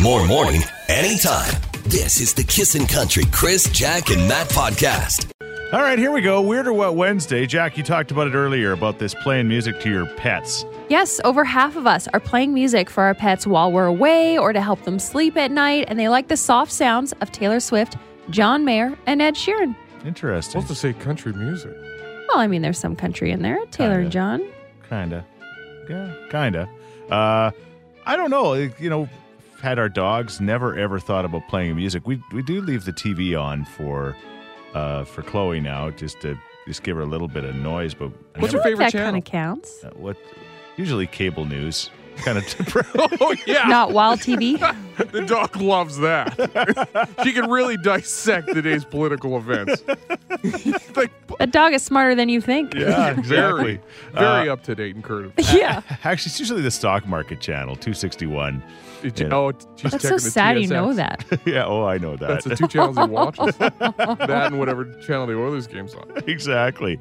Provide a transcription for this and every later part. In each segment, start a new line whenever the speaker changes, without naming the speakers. More morning, anytime. This is the Kissin' Country Chris, Jack, and Matt podcast.
All right, here we go. Weird or What Wednesday. Jack, you talked about it earlier about this playing music to your pets.
Yes, over half of us are playing music for our pets while we're away or to help them sleep at night, and they like the soft sounds of Taylor Swift, John Mayer, and Ed Sheeran.
Interesting.
supposed to say country music.
Well, I mean, there's some country in there,
Kinda.
Taylor and John.
Kinda. Yeah, kinda. Uh, I don't know. It- You know, had our dogs never ever thought about playing music. We we do leave the TV on for uh, for Chloe now, just to just give her a little bit of noise. But I
What's
never-
your favorite
that
channel?
kind of counts.
uh, what? Usually cable news. Kind of
Oh yeah,
Not wild TV.
the dog loves that. she can really dissect today's political events. like
that dog is smarter than you think.
yeah, Uh,
very, very up to date and current.
Uh, Yeah.
Actually, it's usually the stock market channel, 261.
Did you-
Yeah.
Oh, she's
That's
checking
so
the
sad you
TSX.
know that.
yeah, oh, I know that.
That's the two channels he watches. that and whatever channel the Oilers game's on.
exactly.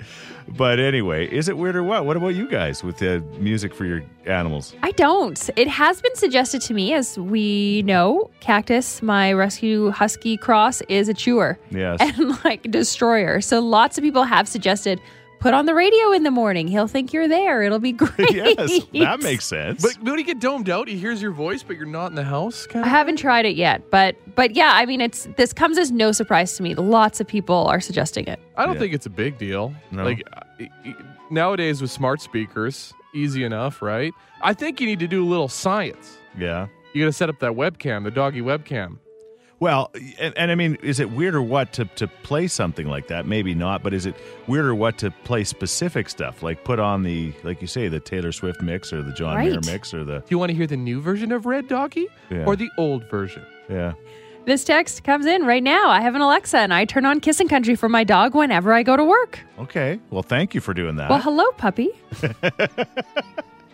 But anyway, is it weird or what? What about you guys with the music for your animals?
I don't. It has been suggested to me, as we know, Cactus, my rescue husky cross, is a chewer
Yes.
and like destroyer. So lots of people have suggested put on the radio in the morning. He'll think you're there. It'll be great.
yes, that makes sense.
But when you get domed out, he hears your voice, but you're not in the house. Kind
I haven't tried it yet, but but yeah, I mean, it's this comes as no surprise to me. Lots of people are suggesting it.
I don't
Yeah.
think it's a big deal.
No.
Like I- I- nowadays with smart speakers, easy enough, right? I think you need to do a little science.
yeah.
You got to set up that webcam, the doggy webcam.
Well, and, and I mean, is it weird or what to, to play something like that? Maybe not, but is it weird or what to play specific stuff? Like put on the, like you say, the Taylor Swift mix or the John Mayer
Right.
mix or the,
Do you want to hear the new version of Red Doggy
Yeah.
or the old version?
yeah.
This text comes in right now. I have an Alexa and I turn on Kissing Country for my dog whenever I go to work.
Okay. Well, thank you for doing that.
Well, hello, puppy.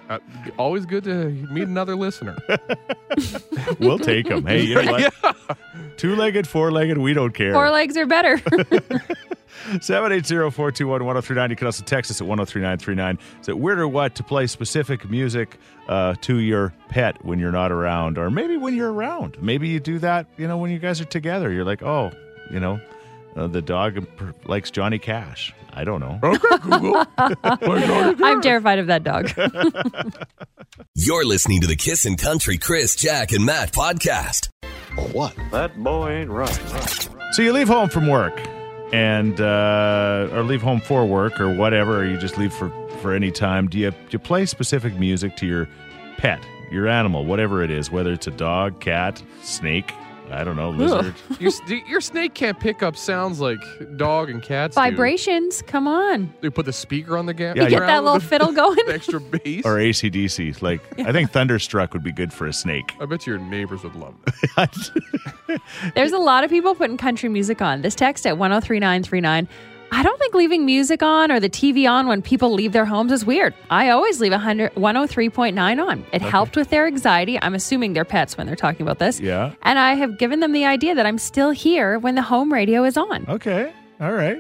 Uh, always good to meet another listener.
we'll take them. Hey, you know what? Two legged, four legged, we don't care.
Four legs are better.
780-421-1039. You can also text us at 103939. Is it weird or what to play specific music uh, to your pet when you're not around? Or maybe when you're around. Maybe you do that, you know, when you guys are together. You're like, oh, you know, uh, the dog per- likes Johnny Cash. I don't know.
okay, Google.
I'm terrified of that dog.
You're listening to the Kissin' Country Chris, Jack, and Matt podcast. Or what?
That boy ain't right.
So you leave home from work and uh, or leave home for work or whatever, or you just leave for, for any time. Do you, do you play specific music to your pet, your animal, whatever it is, whether it's a dog, cat, snake, I don't know, lizard?
your, s- your snake can't pick up sounds like dog and cats. do.
Vibrations, come on.
They put the speaker on the ga-
Yeah,
You
you're
get that little fiddle going.
the extra bass.
Or ACDC. Like, I think Thunderstruck would be good for a snake.
I bet your neighbors would love it.
There's a lot of people putting country music on. This text at 103939. I don't think leaving music on or the TV on when people leave their homes is weird. I always leave 100, 103.9 on. It helped with their anxiety. I'm assuming their pets when they're talking about this.
Yeah.
And I have given them the idea that I'm still here when the home radio is on.
Okay. All right.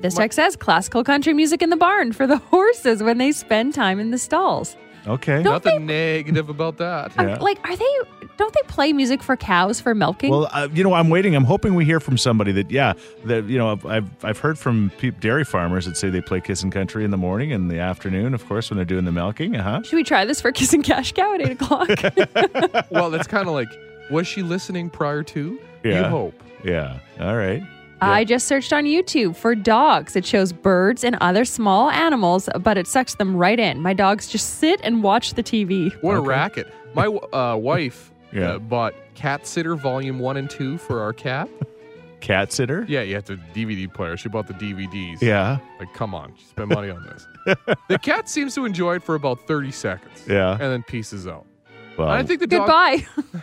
This text says classical country music in the barn for the horses when they spend time in the stalls.
Okay.
Don't
Nothing negative about that.
Are-
Yeah.
like, are they, don't they play music for cows for milking?
Well, uh, you know, I'm waiting. I'm hoping we hear from somebody that, yeah, that you know, I've I've, I've heard from pe- dairy farmers that say they play Kissin' Country in the morning and the afternoon, of course, when they're doing the milking. Uh huh.
Should we try this for kissing cash cow at eight o'clock?
well, that's kind of like, was she listening prior to? You
Yeah.
hope.
Yeah. All right.
I just searched on YouTube for dogs. It shows birds and other small animals, but it sucks them right in. My dogs just sit and watch the TV.
What a racket. My uh, wife
Yeah.
uh, bought Cat Sitter Volume 1 and 2 for our cat.
Cat sitter.
Yeah, you have to DVD player. She bought the DVDs.
Yeah.
Like, come on. She spent money on this. the cat seems to enjoy it for about 30 seconds.
Yeah. Um,
And then pieces out.
Well,
I think the dog.
Goodbye.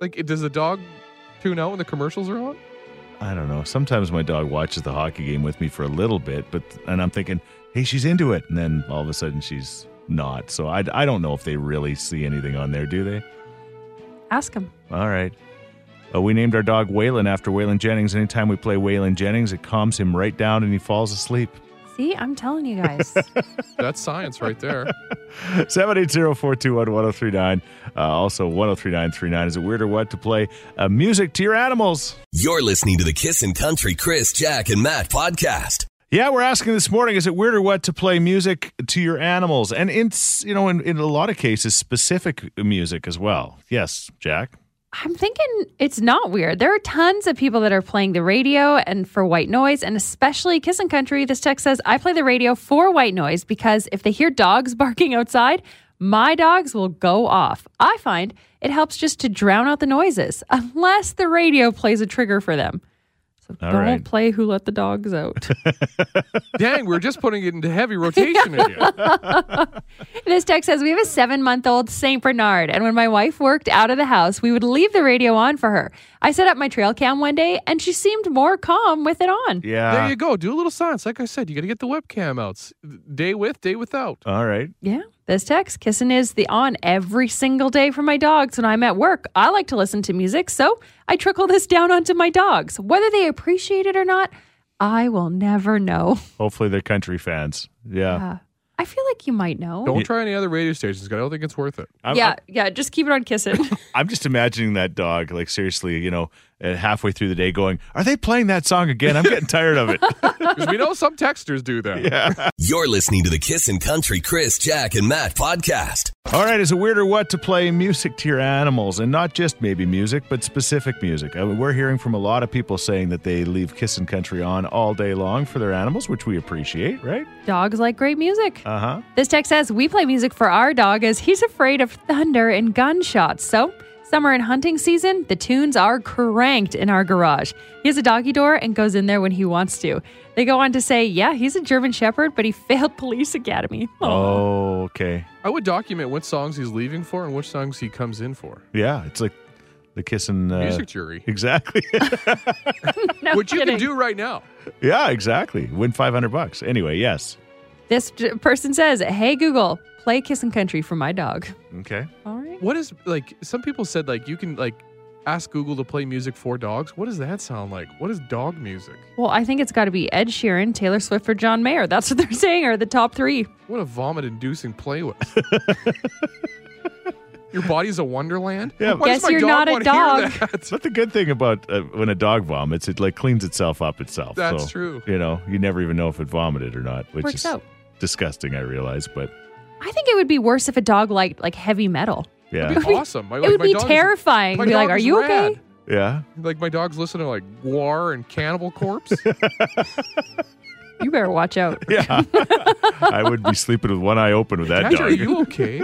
Like, it- does the dog tune out when the commercials are on?
I don't know. Sometimes my dog watches the hockey game with me for a little bit, but and I'm thinking, hey, she's into it, and then all of a sudden she's not. So I, I don't know if they really see anything on there, do they?
Ask him.
All right. Uh, we named our dog Waylon after Waylon Jennings. Anytime we play Waylon Jennings, it calms him right down and he falls asleep.
See, I'm telling you guys.
That's science right there.
780-421-1039. Uh, also, 103939 is it weird or what to play uh, music to your animals.
You're listening to the Kissin' Country Chris, Jack, and Matt podcast.
Yeah, we're asking this morning: Is it weird or what to play music to your animals? And it's you know, in, in a lot of cases, specific music as well. Yes, Jack.
I'm thinking it's not weird. There are tons of people that are playing the radio and for white noise, and especially Kissin' Country. This text says, I play the radio for white noise because if they hear dogs barking outside, my dogs will go off. I find it helps just to drown out the noises, unless the radio plays a trigger for them. So
All
don't
right.
play Who Let the Dogs Out.
Dang, we're just putting it into heavy rotation in here.
This text says we have a seven month old St. Bernard, and when my wife worked out of the house, we would leave the radio on for her. I set up my trail cam one day, and she seemed more calm with it on.
Yeah.
There you go. Do a little science. Like I said, you got to get the webcam out. S- Day with, day without.
All right.
Yeah. This text, kissing is the on every single day for my dogs when I'm at work. I like to listen to music, so I trickle this down onto my dogs. Whether they appreciate it or not, I will never know.
Hopefully, they're country fans. Yeah.
Uh-huh.
Uh, I feel like you might know.
Don't try any other radio stations. 'cause I don't think it's worth it.
I'm,
yeah, yeah, just keep it on kissing.
I'm just imagining that dog, like seriously, you know, uh, halfway through the day, going, "Are they playing that song again? I'm getting tired of it."
'Cause we know some texters do that.
You're listening to the Kissin' Country Chris, Jack, and Matt podcast.
All right, is it weird or what to play music to your animals, and not just maybe music, but specific music? I mean, we're hearing from a lot of people saying that they leave Kissin' Country on all day long for their animals, which we appreciate, right?
dogs like great music.
Uh huh.
This text says, We play music for our dog as he's afraid of thunder and gunshots. So, summer and hunting season, the tunes are cranked in our garage. He has a doggy door and goes in there when he wants to. They go on to say, Yeah, he's a German Shepherd, but he failed police academy. Aw.
Oh, okay.
I would document what songs he's leaving for and which songs he comes in for.
Yeah, it's like the Kissin' uh,
Music jury.
Exactly.
No
Which you can
kidding.
do right now.
yeah, exactly. Win five hundred bucks. Anyway, yes.
This j- person says, Hey, Google, play Kissin' Country for my dog.
Okay.
All right.
What is like some people said like you can like ask Google to play music for dogs. What does that sound like? What is dog music?
Well, I think it's got to be Ed Sheeran, Taylor Swift, or John Mayer. That's what they're saying are the top three.
What a vomit inducing playlist. Your body's a wonderland?
Yeah.
Why does
Guess
my
you're not a
wanna hear
dog.
that?
That's the good thing about uh, when a dog vomits, it like cleans itself up itself.
That's
So,
true.
You know, you never even know if it vomited or not, which
Works
is
out.
disgusting. I realize, but
I think it would be worse if a dog liked like heavy metal.
yeah,
That'd be awesome. My-
It
like,
would
my
be
dog is-
terrifying.
my
Be like,
dog
are
is
you
rad.
okay?
yeah.
Like my dog's listening to like War and Cannibal Corpse.
You better watch out.
Yeah, I would be sleeping with one eye open with that
Dad, are
dog.
you okay?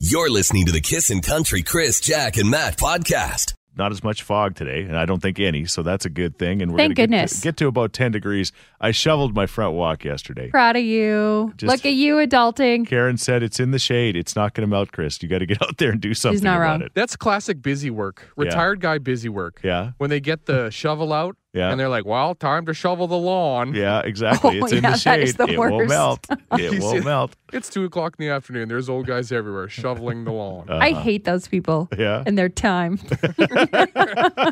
You're listening to the Kissin' Country Chris, Jack, and Matt podcast.
Not as much fog today, and I don't think any, so that's a good thing. And we're
Thank
gonna get to-
goodness.
Get to, about ten degrees. I shoveled my front walk yesterday.
Proud of you.
Just-
Look at you adulting.
Karen said it's in the shade. It's not going to melt, Chris. You got to get out there and do something
not
about
wrong.
it.
That's classic busy work.
Yeah.
Retired guy busy work.
Yeah,
When they get the shovel out
Yeah.
and they're like, well, time to shovel the lawn.
yeah, exactly.
Oh,
it's in
yeah,
the
that
shade.
is the
it won't
worst.
melt. It
You see-
won't melt.
It's two o'clock in the afternoon. There's old guys everywhere shoveling the lawn.
I hate those people
Yeah.
and their time.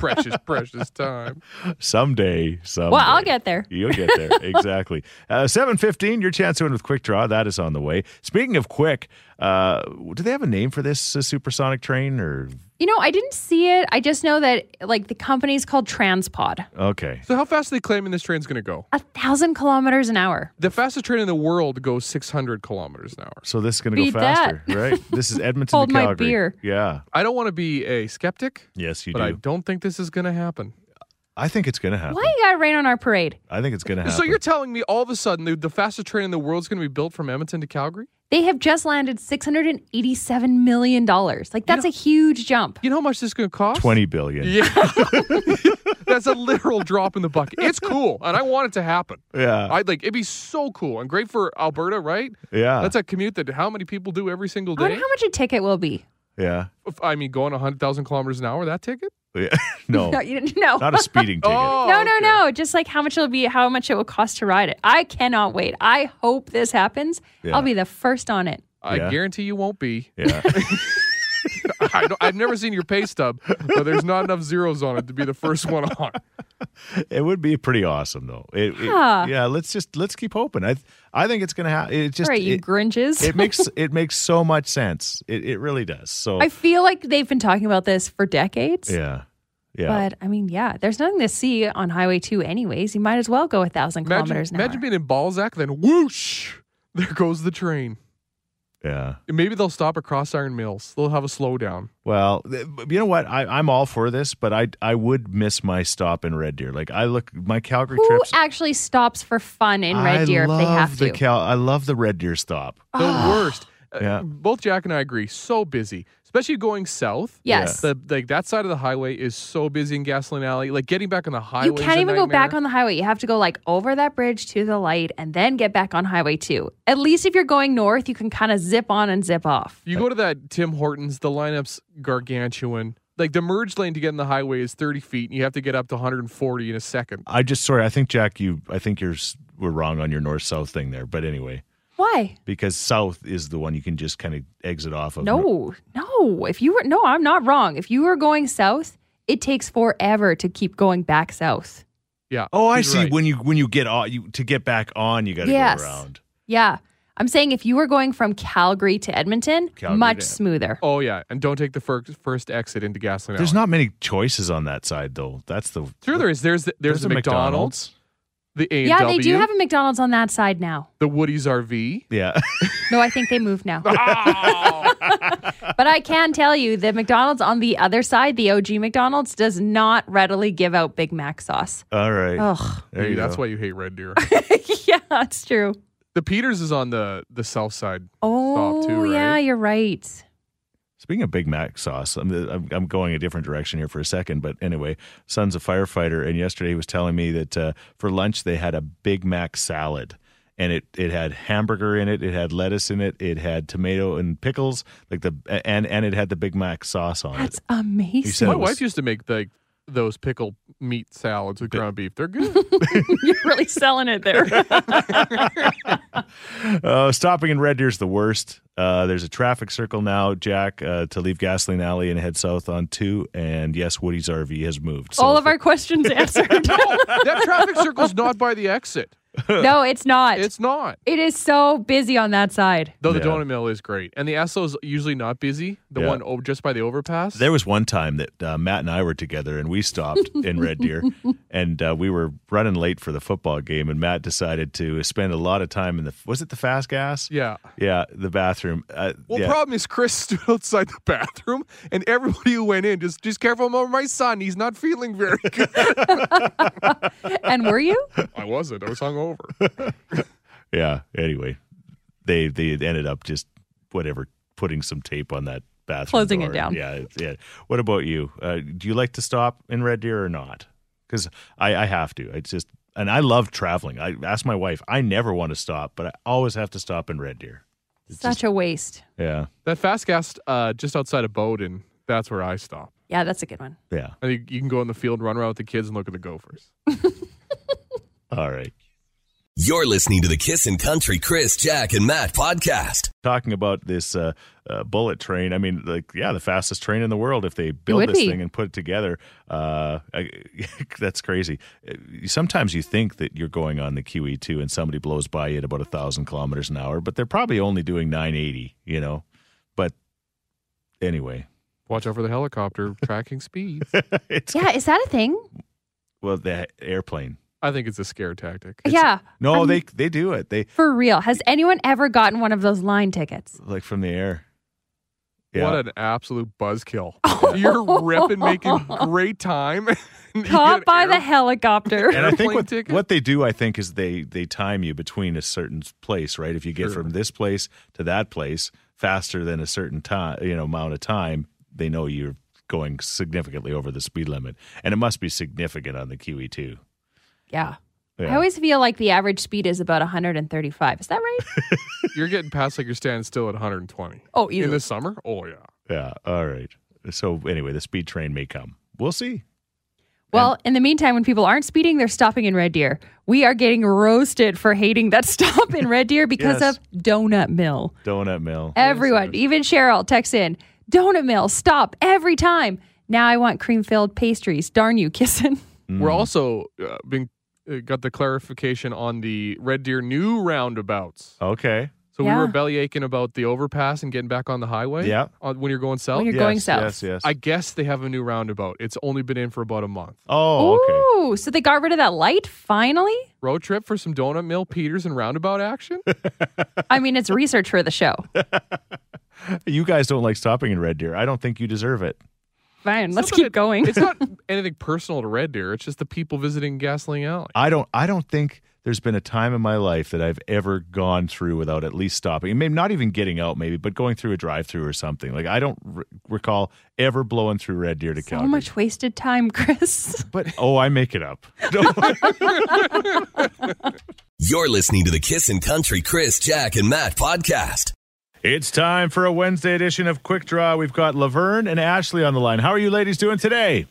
precious, precious time.
Someday, someday.
Well, I'll get there.
You'll get there. exactly. Uh, 715, your chance to win with Quick Draw. That is on the way. Speaking of quick, uh, do they have a name for this uh, supersonic train or?
You know, I didn't see it. I just know that like the company's called Transpod.
Okay.
So, how fast are they claiming this train's going to go?
A thousand kilometers an hour.
The fastest train in the world goes 600 kilometers an hour.
So this is going to
Beat
go
that.
faster, right? This is Edmonton
Hold
to
my
Calgary.
beer.
Yeah.
I don't want to be a skeptic,
Yes, you
but
do.
I
I,
don't think this is going to happen.
think it's going to happen.
Why you gotta rain on our parade?
I think it's going to happen.
So, you're telling me all of a sudden the, the fastest train in the world is going to be built from Edmonton to Calgary?
They have just landed six hundred and eighty-seven million dollars. Like that's a huge jump.
You know how much this is going to cost?
20 billion.
Yeah. That's a literal drop in the bucket. It's cool, and I want it to happen.
Yeah.
I'd like it'd be so cool and great for Alberta, right?
yeah.
That's a commute that how many people do every single
I wonder
day?
how much a ticket will be.
yeah.
If- I mean, going 100,000 kilometers an hour, that ticket?
Yeah. no.
No, you didn't know.
Oh. Not a speeding ticket.
No, no,
Oh, okay.
no. Just like how much it'll be, how much it will cost to ride it. I cannot wait. I hope this happens.
Yeah.
I'll be the first on it.
I
Yeah.
guarantee you won't be.
Yeah.
I don't, I've never seen your pay stub, but there's not enough zeros on it to be the first one on.
it would be pretty awesome though. It, it-
Yeah.
yeah. Let's just let's keep hoping. I I think it's gonna happen. It just
All right, you
it,
Grinches.
it makes it makes so much sense. It it really does. So
I feel like they've been talking about this for decades.
Oh. yeah, yeah.
But I mean, yeah, there's nothing to see on Highway 2 anyways. You might as well go a thousand
Imagine,
kilometers an
imagine
hour.
being in Balzac, then whoosh, there goes the train.
yeah.
And Maybe they'll stop at Cross Iron Mills. They'll have a slowdown.
Well, th- you know what? I, I'm all for this, but I I would miss my stop in Red Deer. Like I look my Calgary
Who
trips.
actually stops for fun in Red
I
Deer if they
love
have
the
to?
Cal- I love the Red Deer stop.
The
Ah.
worst. Uh,
Yeah.
Both Jack and I agree. So busy, especially going south.
Yes.
The, like that side of the highway is so busy in Gasoline Alley. Like getting back on the highway.
You can't even go back on the highway. You have to go like over that bridge to the light and then get back on Highway 2. At least if you're going north, you can kind of zip on and zip off.
You go to that Tim Hortons. The lineup's gargantuan. Like the merge lane to get in the highway is 30 feet, and you have to get up to 140 in a second.
I just sorry. I think Jack, you I think you're s- we're wrong on your north south thing there. But anyway,
Why?
because south is the one you can just kind of exit off of.
No, no. If you were, no, I'm not wrong. If you were going south, it takes forever to keep going back south.
Yeah.
Oh, I
he's
see.
right.
When you when you get on you to get back on, you got to
Yes.
go around.
Yeah. I'm saying if you were going from Calgary to Edmonton,
Calgary
much
to-
smoother.
Oh yeah, and don't take the first first exit into Gasoline
There's
Alley.
not many choices on that side though. That's the
Sure, there is. There's the, there's, the
a
McDonald's, the A and
yeah,
W,
they do have a McDonald's on that side now.
the Woody's RV.
Yeah.
No, I think they moved now. but I can tell you the McDonald's on the other side, the OG McDonald's, does not readily give out Big Mac sauce.
All right.
Ugh.
There
Maybe
you
that's
go.
why you hate Red Deer.
yeah, that's true.
the Peters is on the the south side.
Oh,
Stop too, right?
yeah, you're right.
Speaking of Big Mac sauce, I'm, I'm, I'm going a different direction here for a second, but anyway, son's a firefighter, and yesterday he was telling me that uh, for lunch they had a Big Mac salad, and it it had hamburger in it, it had lettuce in it, it had tomato and pickles, like the and and it had the Big Mac sauce on
That's
it.
amazing.
said-
My
That was-
wife used to make like those pickled meat salads with ground beef. They're good.
you're really selling it there.
Uh, stopping in Red Deer's the worst. Uh, there's a traffic circle now, Jack, uh, to leave Gasoline Alley and head south on two. And yes, Woody's RV has moved. So
All of our questions answered.
that traffic circle's not by the exit.
no, it's not.
It's not.
It is so busy on that side.
Though the
Yeah.
donut mill is great, and the Esso's usually not busy. The
Yeah.
one over, just by the overpass.
There was one time that uh, Matt and I were together and we stopped in Red Deer and uh, we were running late for the football game and Matt decided to spend a lot of time in the was it the fast gas?
yeah.
Yeah, the bathroom. Uh,
Well,
yeah.
problem is Chris stood outside the bathroom, and everybody who went in just just careful, I'm over my son. He's not feeling very good.
And were you?
I wasn't. I was hungover.
yeah. Anyway, they they ended up just whatever putting some tape on that bathroom
Closing it
door.
down.
Yeah, it- yeah. What about you? Uh, do you like to stop in Red Deer or not? Because I, I have to. It's just and I love traveling. I ask my wife. I never want to stop, but I always have to stop in Red Deer.
Such a waste.
Yeah.
That fast gas uh, just outside of Bowden, that's where I stop.
Yeah, that's a good one.
Yeah.
I think you can go in the field, run around with the kids, and look at the gophers.
All right.
You're listening to the Kissin' Country Chris, Jack, and Matt podcast.
Talking about this uh, uh, bullet train, I mean, like, yeah, the fastest train in the world. If they build
would
this
be.
thing and put it together, uh, I, that's crazy. Uh, Sometimes you think that you're going on the QE2 and somebody blows by you at about a thousand kilometers an hour, but they're probably only doing 980. You know, but anyway,
Watch out for the helicopter tracking speeds.
it's
Yeah, is that a thing?
well the airplane.
I think it's a scare tactic.
yeah,
No,
I'm-
they they do it. They
for real. Has anyone ever gotten one of those line tickets?
like from the air.
What an absolute buzzkill. You're ripping, making great time. and you get
Caught by
air-
the helicopter.
and I think
Airplane
what,
ticket?
what they do, I think, is they they time you between a certain place, right? If you get
Sure.
from this place to that place faster than a certain time, you know, amount of time, they know you're going significantly over the speed limit, and it must be significant on the QE two.
yeah.
Yeah.
I always feel like the average speed is about 135. Is that right?
You're getting past like you're standing still at 120.
Oh,
In
easily.
the summer? Oh, yeah.
yeah. All right. So anyway, the speed train may come. We'll see.
Well, in the meantime, when people aren't speeding, they're stopping in Red Deer. We are getting roasted for hating that stop in Red Deer because
Yes.
of Donut Mill.
Donut mill.
Everyone, even Cheryl, texts in Donut Mill, stop every time. Now I want cream filled pastries. Darn you, kissing.
Mm.
We're also uh, been uh, got the clarification on the Red Deer new roundabouts.
Okay.
So we
Yeah.
were belly aching about the overpass and getting back on the highway.
Yeah.
on- when you're going south.
When You're going
Yes,
south.
Yes, yes.
I guess they have a new roundabout. It's only been in for about a month.
oh, okay.
Ooh, so they got rid of that light finally?
Road trip for some donut mill Peters and roundabout action.
I mean, it's research for the show.
You guys don't like stopping in Red Deer. I don't think you deserve it.
Fine, let's
Something-
keep going.
It's not anything personal to Red Deer. It's just the people visiting Gasling Alley.
I don't. I don't think there's been a time in my life that I've ever gone through without at least stopping. Maybe not even getting out, maybe, but going through a drive-through or something. Like I don't r recall ever blowing through Red Deer to
So
Calgary.
much wasted time, Chris.
But oh, I make it up. No.
You're listening to the Kissin' Country Chris, Jack, and Matt podcast.
it's time for a Wednesday edition of Quick Draw. We've got Laverne and Ashley on the line. How are you ladies doing today?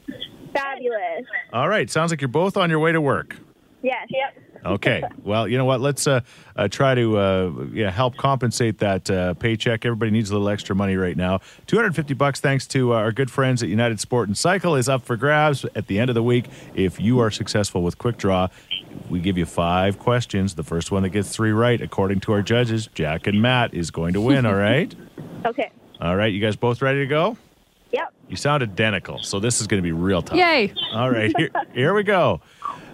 Fabulous.
All right. Sounds like you're both on your way to work.
Yes. Yep.
Okay. Well, you know what? Let's uh, uh, try to uh, yeah, help compensate that uh, paycheck. Everybody needs a little extra money right now. 250 bucks, thanks to uh, our good friends at United Sport and Cycle, is up for grabs at the end of the week. If you are successful with Quick Draw, we give you five questions. The first one that gets three right, according to our judges, Jack and Matt, is going to win. all right.
Okay.
All right. You guys both ready to go?
Yep.
You sound identical, so this is going to be real tough.
Yay.
All right. Here, here we go.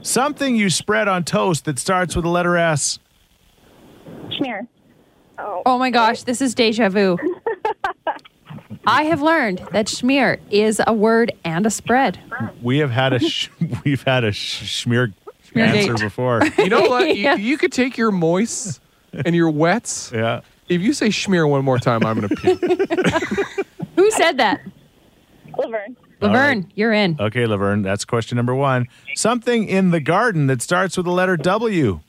Something you spread on toast that starts with the letter S.
Schneer. Oh.
Oh my gosh, this is deja vu. I have learned that schmear is a word and a spread.
We have had a sh- we've had a sh- schmear
Schmeargate.
answer before.
You know what? You-
Yeah.
you, could take your moists and your wets.
Yeah.
If you say schmear one more time, I'm going to puke.
Who said that?
Laverne.
Laverne, you're in.
Okay, Laverne. That's question number one. Something in the garden that starts with the letter W.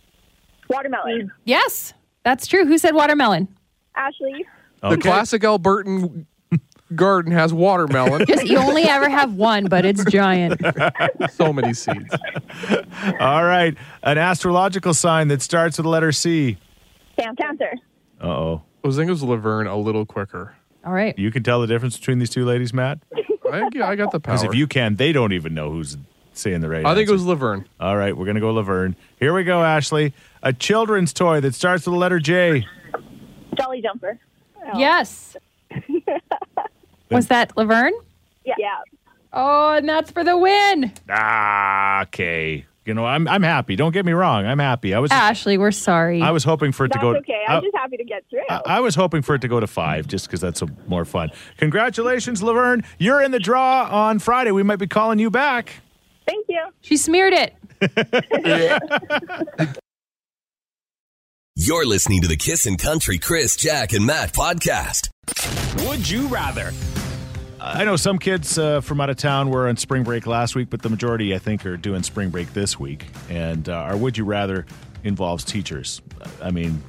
Watermelon.
Yes, that's true. Who said watermelon?
Ashley.
The classic Albertan garden has watermelon,
Just you only ever have one, but it's giant.
so many seeds.
All right. An astrological sign that starts with the letter C.
Cancer. Cancer.
Uh oh.
I think it was Laverne a little quicker.
All right.
You can tell the difference between these two ladies, Matt?
I, yeah, I got the power.
Because if you can, they don't even know who's saying the right
I think
answer.
it was Laverne.
All right, we're going to go Laverne. Here we go, Ashley. A children's toy that starts with the letter J.
Jolly jumper. Oh.
Yes. Was that Laverne?
Yeah. Yeah.
Oh, and that's for the win.
Ah, okay. You know, I'm I'm happy. Don't get me wrong. I'm happy. I was
Ashley, we're sorry.
I was hoping for it to
That's
go.
okay.
I,
I'm just happy to get through.
I- I was hoping for it to go to five, just because that's a, more fun. Congratulations, Laverne. You're in the draw on Friday. We might be calling you back.
Thank you.
she smeared it.
You're listening to the Kissin' Country Chris, Jack, and Matt podcast.
Would you rather?
I know some kids uh, from out of town were on spring break last week, but the majority, I think, are doing spring break this week. And uh, our Would You Rather involves teachers. I mean,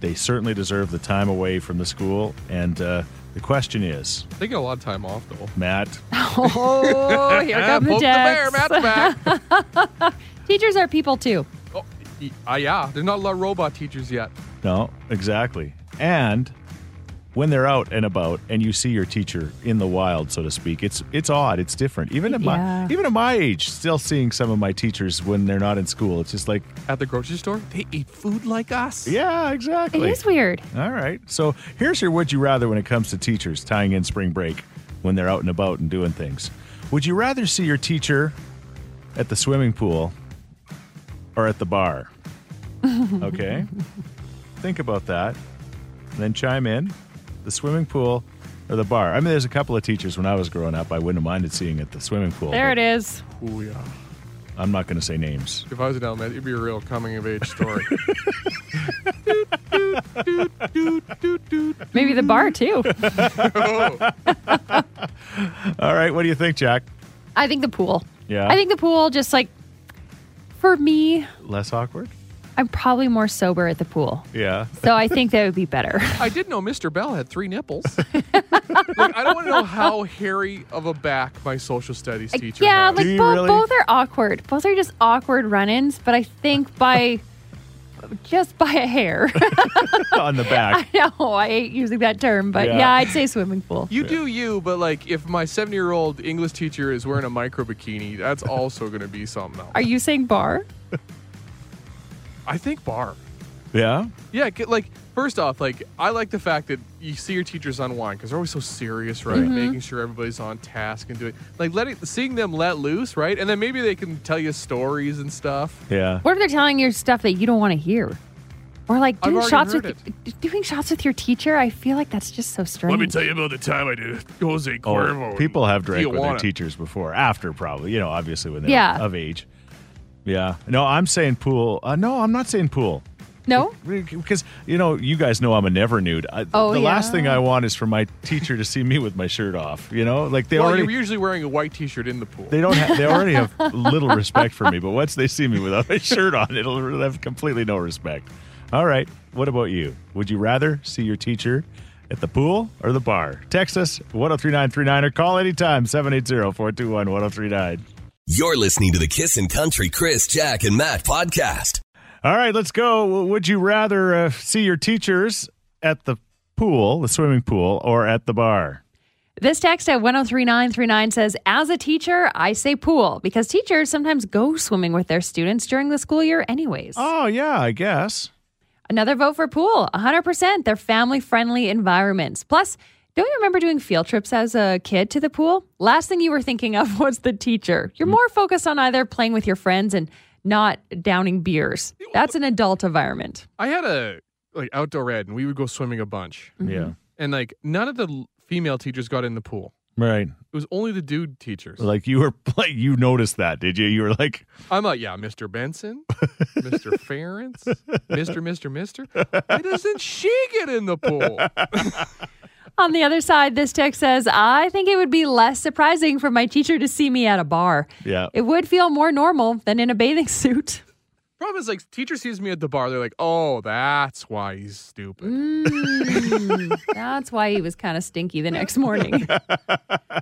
they certainly deserve the time away from the school. And uh, the question is,
They get a lot of time off, though.
Matt,
Oh, here
Ah,
come the
poke bear,
decks.
Matt's back.
Teachers are people too.
oh, y- ah, yeah, there's not a lot of robot teachers yet.
no, exactly. And when they're out and about and you see your teacher in the wild, so to speak, it's it's odd. It's different. Even at my
Yeah.
even at my age, still seeing some of my teachers when they're not in school. It's just like,
At the grocery store, they eat food like us.
yeah, exactly.
It is weird.
All right. So here's your would you rather when it comes to teachers tying in spring break when they're out and about and doing things. Would you rather see your teacher at the swimming pool or at the bar? Okay. Think about that. And then chime in the swimming pool or the bar. I mean, there's a couple of teachers when I was growing up I wouldn't have minded seeing at the swimming pool.
There
but
it is.
Ooh, yeah.
I'm not going to say names.
If I was an element, it'd be a real coming of age story.
Maybe the bar too.
All right. What do you think, Jack?
I think the pool.
Yeah.
I think the pool just like for me,
Less awkward?
I'm probably more sober at the pool.
Yeah.
So I think that would be better.
I did know Mr. Bell had three nipples. like, I don't want to know how hairy of a back my social studies teacher
Uh, yeah,
had.
like
you
both
really?
both are awkward. Both are just awkward run-ins, but I think by just by a hair.
on the back.
no, I hate using that term, but
Yeah.
yeah, I'd say swimming pool.
You do you, but like if my seven year old English teacher is wearing a micro bikini, that's also going to be something else.
Are you saying bar?
I think bar.
Yeah.
Yeah, get, like first off, like I like the fact that you see your teachers unwind because they're always so serious, right?
Mm-hmm.
Making sure everybody's on task and doing like letting seeing them let loose, right? And then maybe they can tell you stories and stuff.
Yeah.
What if they're telling you stuff that you don't want to hear? Or like
I've
doing
already
shots
heard
with doing shots with your teacher? I feel like that's just so strange.
you about the time I did Jose
Oh, people have drank with their
Tijuana.
teachers before, after probably, you know, obviously when they're
Yeah.
of age. Yeah. No, I'm saying pool. Uh, no, I'm not saying pool.
No?
Because, you know, you guys know I'm a never nude. I,
Oh,
the
yeah.
last thing I want is for my teacher to see me with my shirt off, you know? Like they
Well,
already.
you're usually wearing a white T-shirt in the pool.
They don't. Ha- they already have little respect for me, but once they see me without a shirt on, it'll have completely no respect. All right. What about you? Would you rather see your teacher at the pool or the bar? Text us 103939 or call anytime 780-421-1039.
You're listening to the Kissin' Country Chris, Jack, and Matt podcast.
All right, let's go. Would you rather uh, see your teachers at the pool, the swimming pool, or at the bar?
This text at 103939 says, As a teacher, I say pool because teachers sometimes go swimming with their students during the school year, anyways.
Oh yeah, I guess.
Another vote for pool 100%. They're family friendly environments. Plus, don't you remember doing field trips as a kid to the pool? Last thing you were thinking of was the teacher. You're more focused on either playing with your friends and not downing beers. That's an adult environment.
I had a like outdoor ed, and we would go swimming a bunch,
Yeah.
and like none of the l- female teachers got in the pool.
Right.
It was only the dude teachers.
Like you were like you noticed that, did you? You were like
I'm like, yeah, Mr. Benson, Mr. Ference, Mr. Mr. Mr. Why doesn't she get in the pool?
On the other side, this text says, I think it would be less surprising for my teacher to see me at a bar.
Yeah.
It would feel more normal than in a bathing suit.
Problem is, like, teacher sees me at the bar. They're like, oh, that's why he's stupid.
Mm, that's why he was kind of stinky the next morning.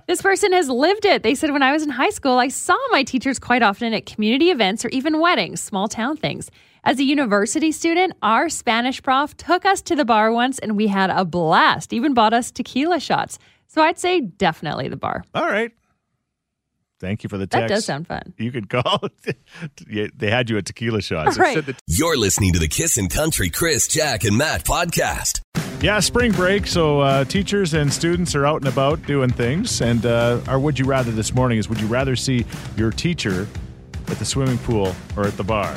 this person has lived it. They said, When I was in high school, I saw my teachers quite often at community events or even weddings, small town things. As a university student, our Spanish prof took us to the bar once and we had a blast, even bought us tequila shots. So I'd say definitely the bar.
All right. Thank you for the
That
text.
does sound fun.
You could call. Yeah, they had you at tequila shots.
Right.
Said the
You're listening to the Kissin' Country Chris, Jack, and Matt podcast.
Yeah, spring break. So uh, teachers and students are out and about doing things. And uh, our would you rather this morning is would you rather see your teacher at the swimming pool or at the bar?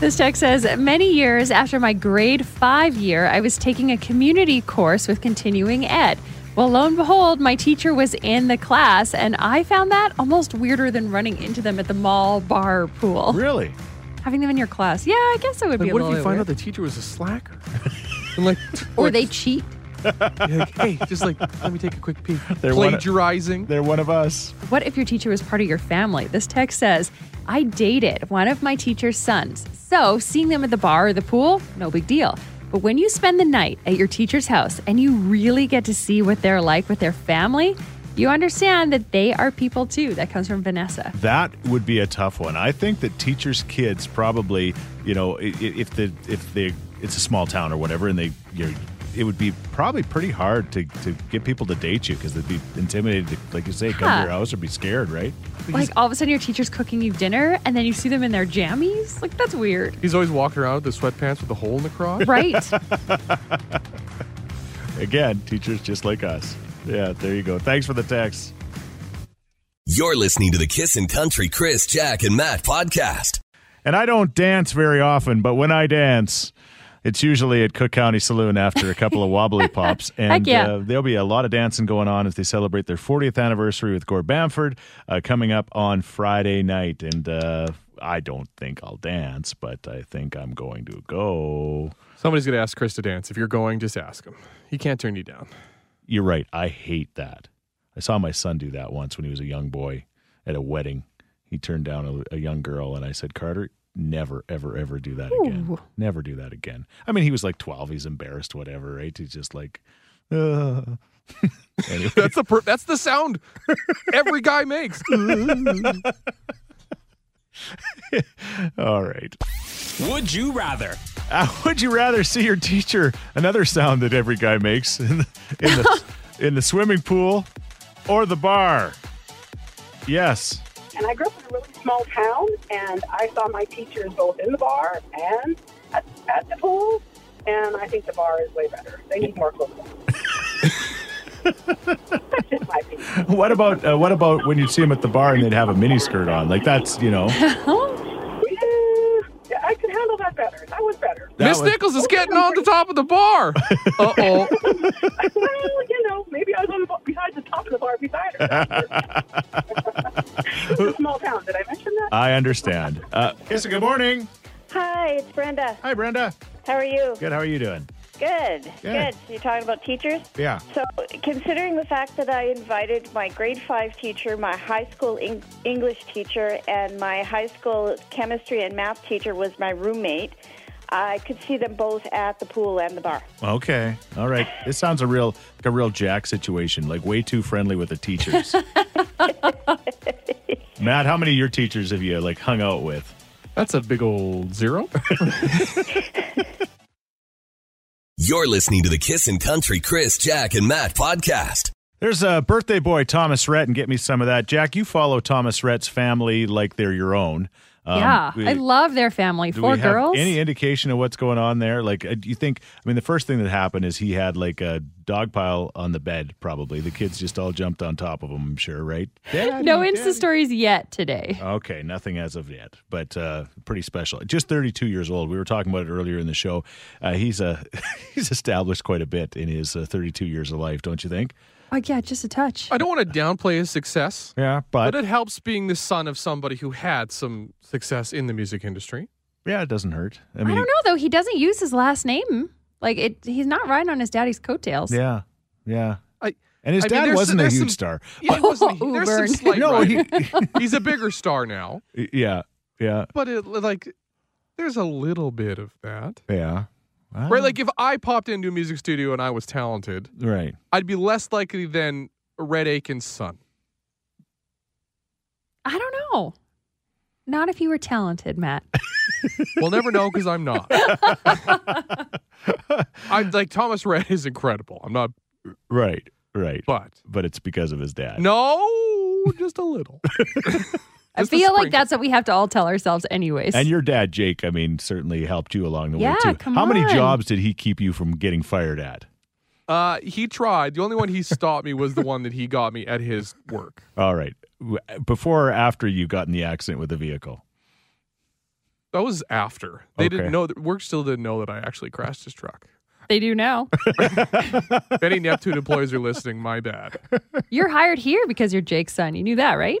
This text says Many years after my grade five year, I was taking a community course with continuing ed. Well, lo and behold, my teacher was in the class, and I found that almost weirder than running into them at the mall, bar, pool.
Really?
Having them in your class. Yeah, I guess it would be
like,
a
what if
little
you find
weird.
out the teacher was a slacker? And like,
Or they cheat.
you're like, hey, just like, let me take a quick peek.
They're one of-
Plagiarizing.
They're one of us.
What if your teacher was part of your family? This text says, I dated one of my teacher's sons. So seeing them at the bar or the pool, no big deal. But when you spend the night at your teacher's house and you really get to see what they're like with their family, you understand that they are people too. That comes from Vanessa.
That would be a tough one. I think that teachers' kids probably, you know, i- i- if the if they it's a small town or whatever, and they you know, it would be probably pretty hard to, to get people to date you because they'd be intimidated, to, like you say, come to
Yeah.
your house or be scared, right?
Like all of a sudden your teacher's cooking you dinner and then you see them in their jammies. Like that's weird.
He's always walking around with the sweatpants with a hole in the crotch.
Right.
Again, teachers just like us. Yeah, there you go. Thanks for the text.
You're listening to the Kissin' Country Chris, Jack, and Matt podcast.
And I don't dance very often, but when I dance, it's usually at Cook County Saloon after a couple of wobbly pops. And
yeah.
uh, there'll be a lot of dancing going on as they celebrate their 40th anniversary with Gore Bamford uh, coming up on Friday night. And uh, I don't think I'll dance, but I think I'm going to go.
Somebody's going to ask Chris to dance. If you're going, just ask him. He can't turn you down.
You're right. I hate that. I saw my son do that once when he was a young boy at a wedding. He turned down a, a young girl, and I said, Carter, never, ever, ever do that again. Never do that again. I mean, he was like 12. He's embarrassed, whatever, right? He's just like, uh. anyway,
That's the per- that's the sound every guy makes.
All right.
Would you rather?
Uh, would you rather see your teacher another sound that every guy makes in the, in the, in the swimming pool or the bar? Yes.
And I grew up in a really small town, and I saw my teachers both in the bar and at, at the pool. And I think the bar is way better. They need more clothes. That's just my opinion.
What about uh, what about when you see them at the bar and they'd have a mini skirt on? Like that's you know Um,
Yeah, I could handle that better. That was better.
that
Miss
was-
Nichols is getting on the top of the bar. Uh oh.
well, you know, maybe I was on the, bar- beside the top of the bar beside her. it was a small town. Did I mention that?
I understand. Uh, Kissa, good morning.
Hi, it's Brenda.
Hi, Brenda.
How are you?
Good. How are you doing?
Good. Good.
Good.
So you're talking about teachers?
Yeah.
So, considering the fact that I invited my grade five teacher, my high school Eng- English teacher, and my high school chemistry and math teacher was my roommate, I could see them both at the pool and the bar.
Okay. All right. This sounds a real like a real Jack situation. Like way too friendly with the teachers. Matt, how many of your teachers have you like hung out with?
That's a big old zero.
You're listening to the Kissin' Country Chris, Jack, and Matt podcast.
There's a birthday boy, Thomas Rhett, and get me some of that. Jack, you follow Thomas Rhett's family like they're your own. Um,
yeah,
we-
I love their family.
do
Four
we have
girls.
Any indication of what's going on there? Like, uh, do you think? I mean, the first thing that happened is he had like a dog pile on the bed. Probably the kids just all jumped on top of him. I'm sure, right? Daddy,
no Insta
daddy.
stories yet today.
Okay, nothing as of yet, but uh, pretty special. Just 32 years old. We were talking about it earlier in the show. Uh, he's uh, he's established quite a bit in his uh, 32 years of life, don't you think?
Oh yeah, just a touch.
I don't want to downplay his success,
Yeah, but
but it helps being the son of somebody who had some success in the music industry.
yeah, it doesn't hurt. I
I
mean,
don't know though. He doesn't use his last name. Like it, he's not riding on his daddy's coattails.
yeah, yeah.
I-
and his
I mean,
dad
there's-
wasn't a
there's
huge
some-
star.
Yeah, it wasn't,
Ooh,
there's some
burn.
slight
No, he,
rivalry. he's a bigger star now,
yeah, yeah,
but it like there's a little bit of that.
yeah. I
Right,
don't-
like if I popped into a music studio and I was talented,
right.
I'd be less likely than Red Aiken's son.
I don't know. Not if you were talented, Matt.
We'll never know because I'm not. I'm like Thomas Red is incredible. I'm not,
Right, right.
but
But it's because of his dad.
no, just a little.
I
Just a
feel like
sprinkle.
that's what we have to all tell ourselves, anyways.
And your dad, Jake, I mean, certainly helped you along the
Yeah,
way too.
come
How many
on.
jobs did he keep you from getting fired at?
Uh, he tried. The only one he stopped me was the one that he got me at his work.
All right. W- Before or after you got in the accident with the vehicle?
That was after they
Okay.
didn't know. That, work still didn't know that I actually crashed his truck.
they do now.
If any Neptune employees are listening, my bad.
You're hired here because you're Jake's son. You knew that, right?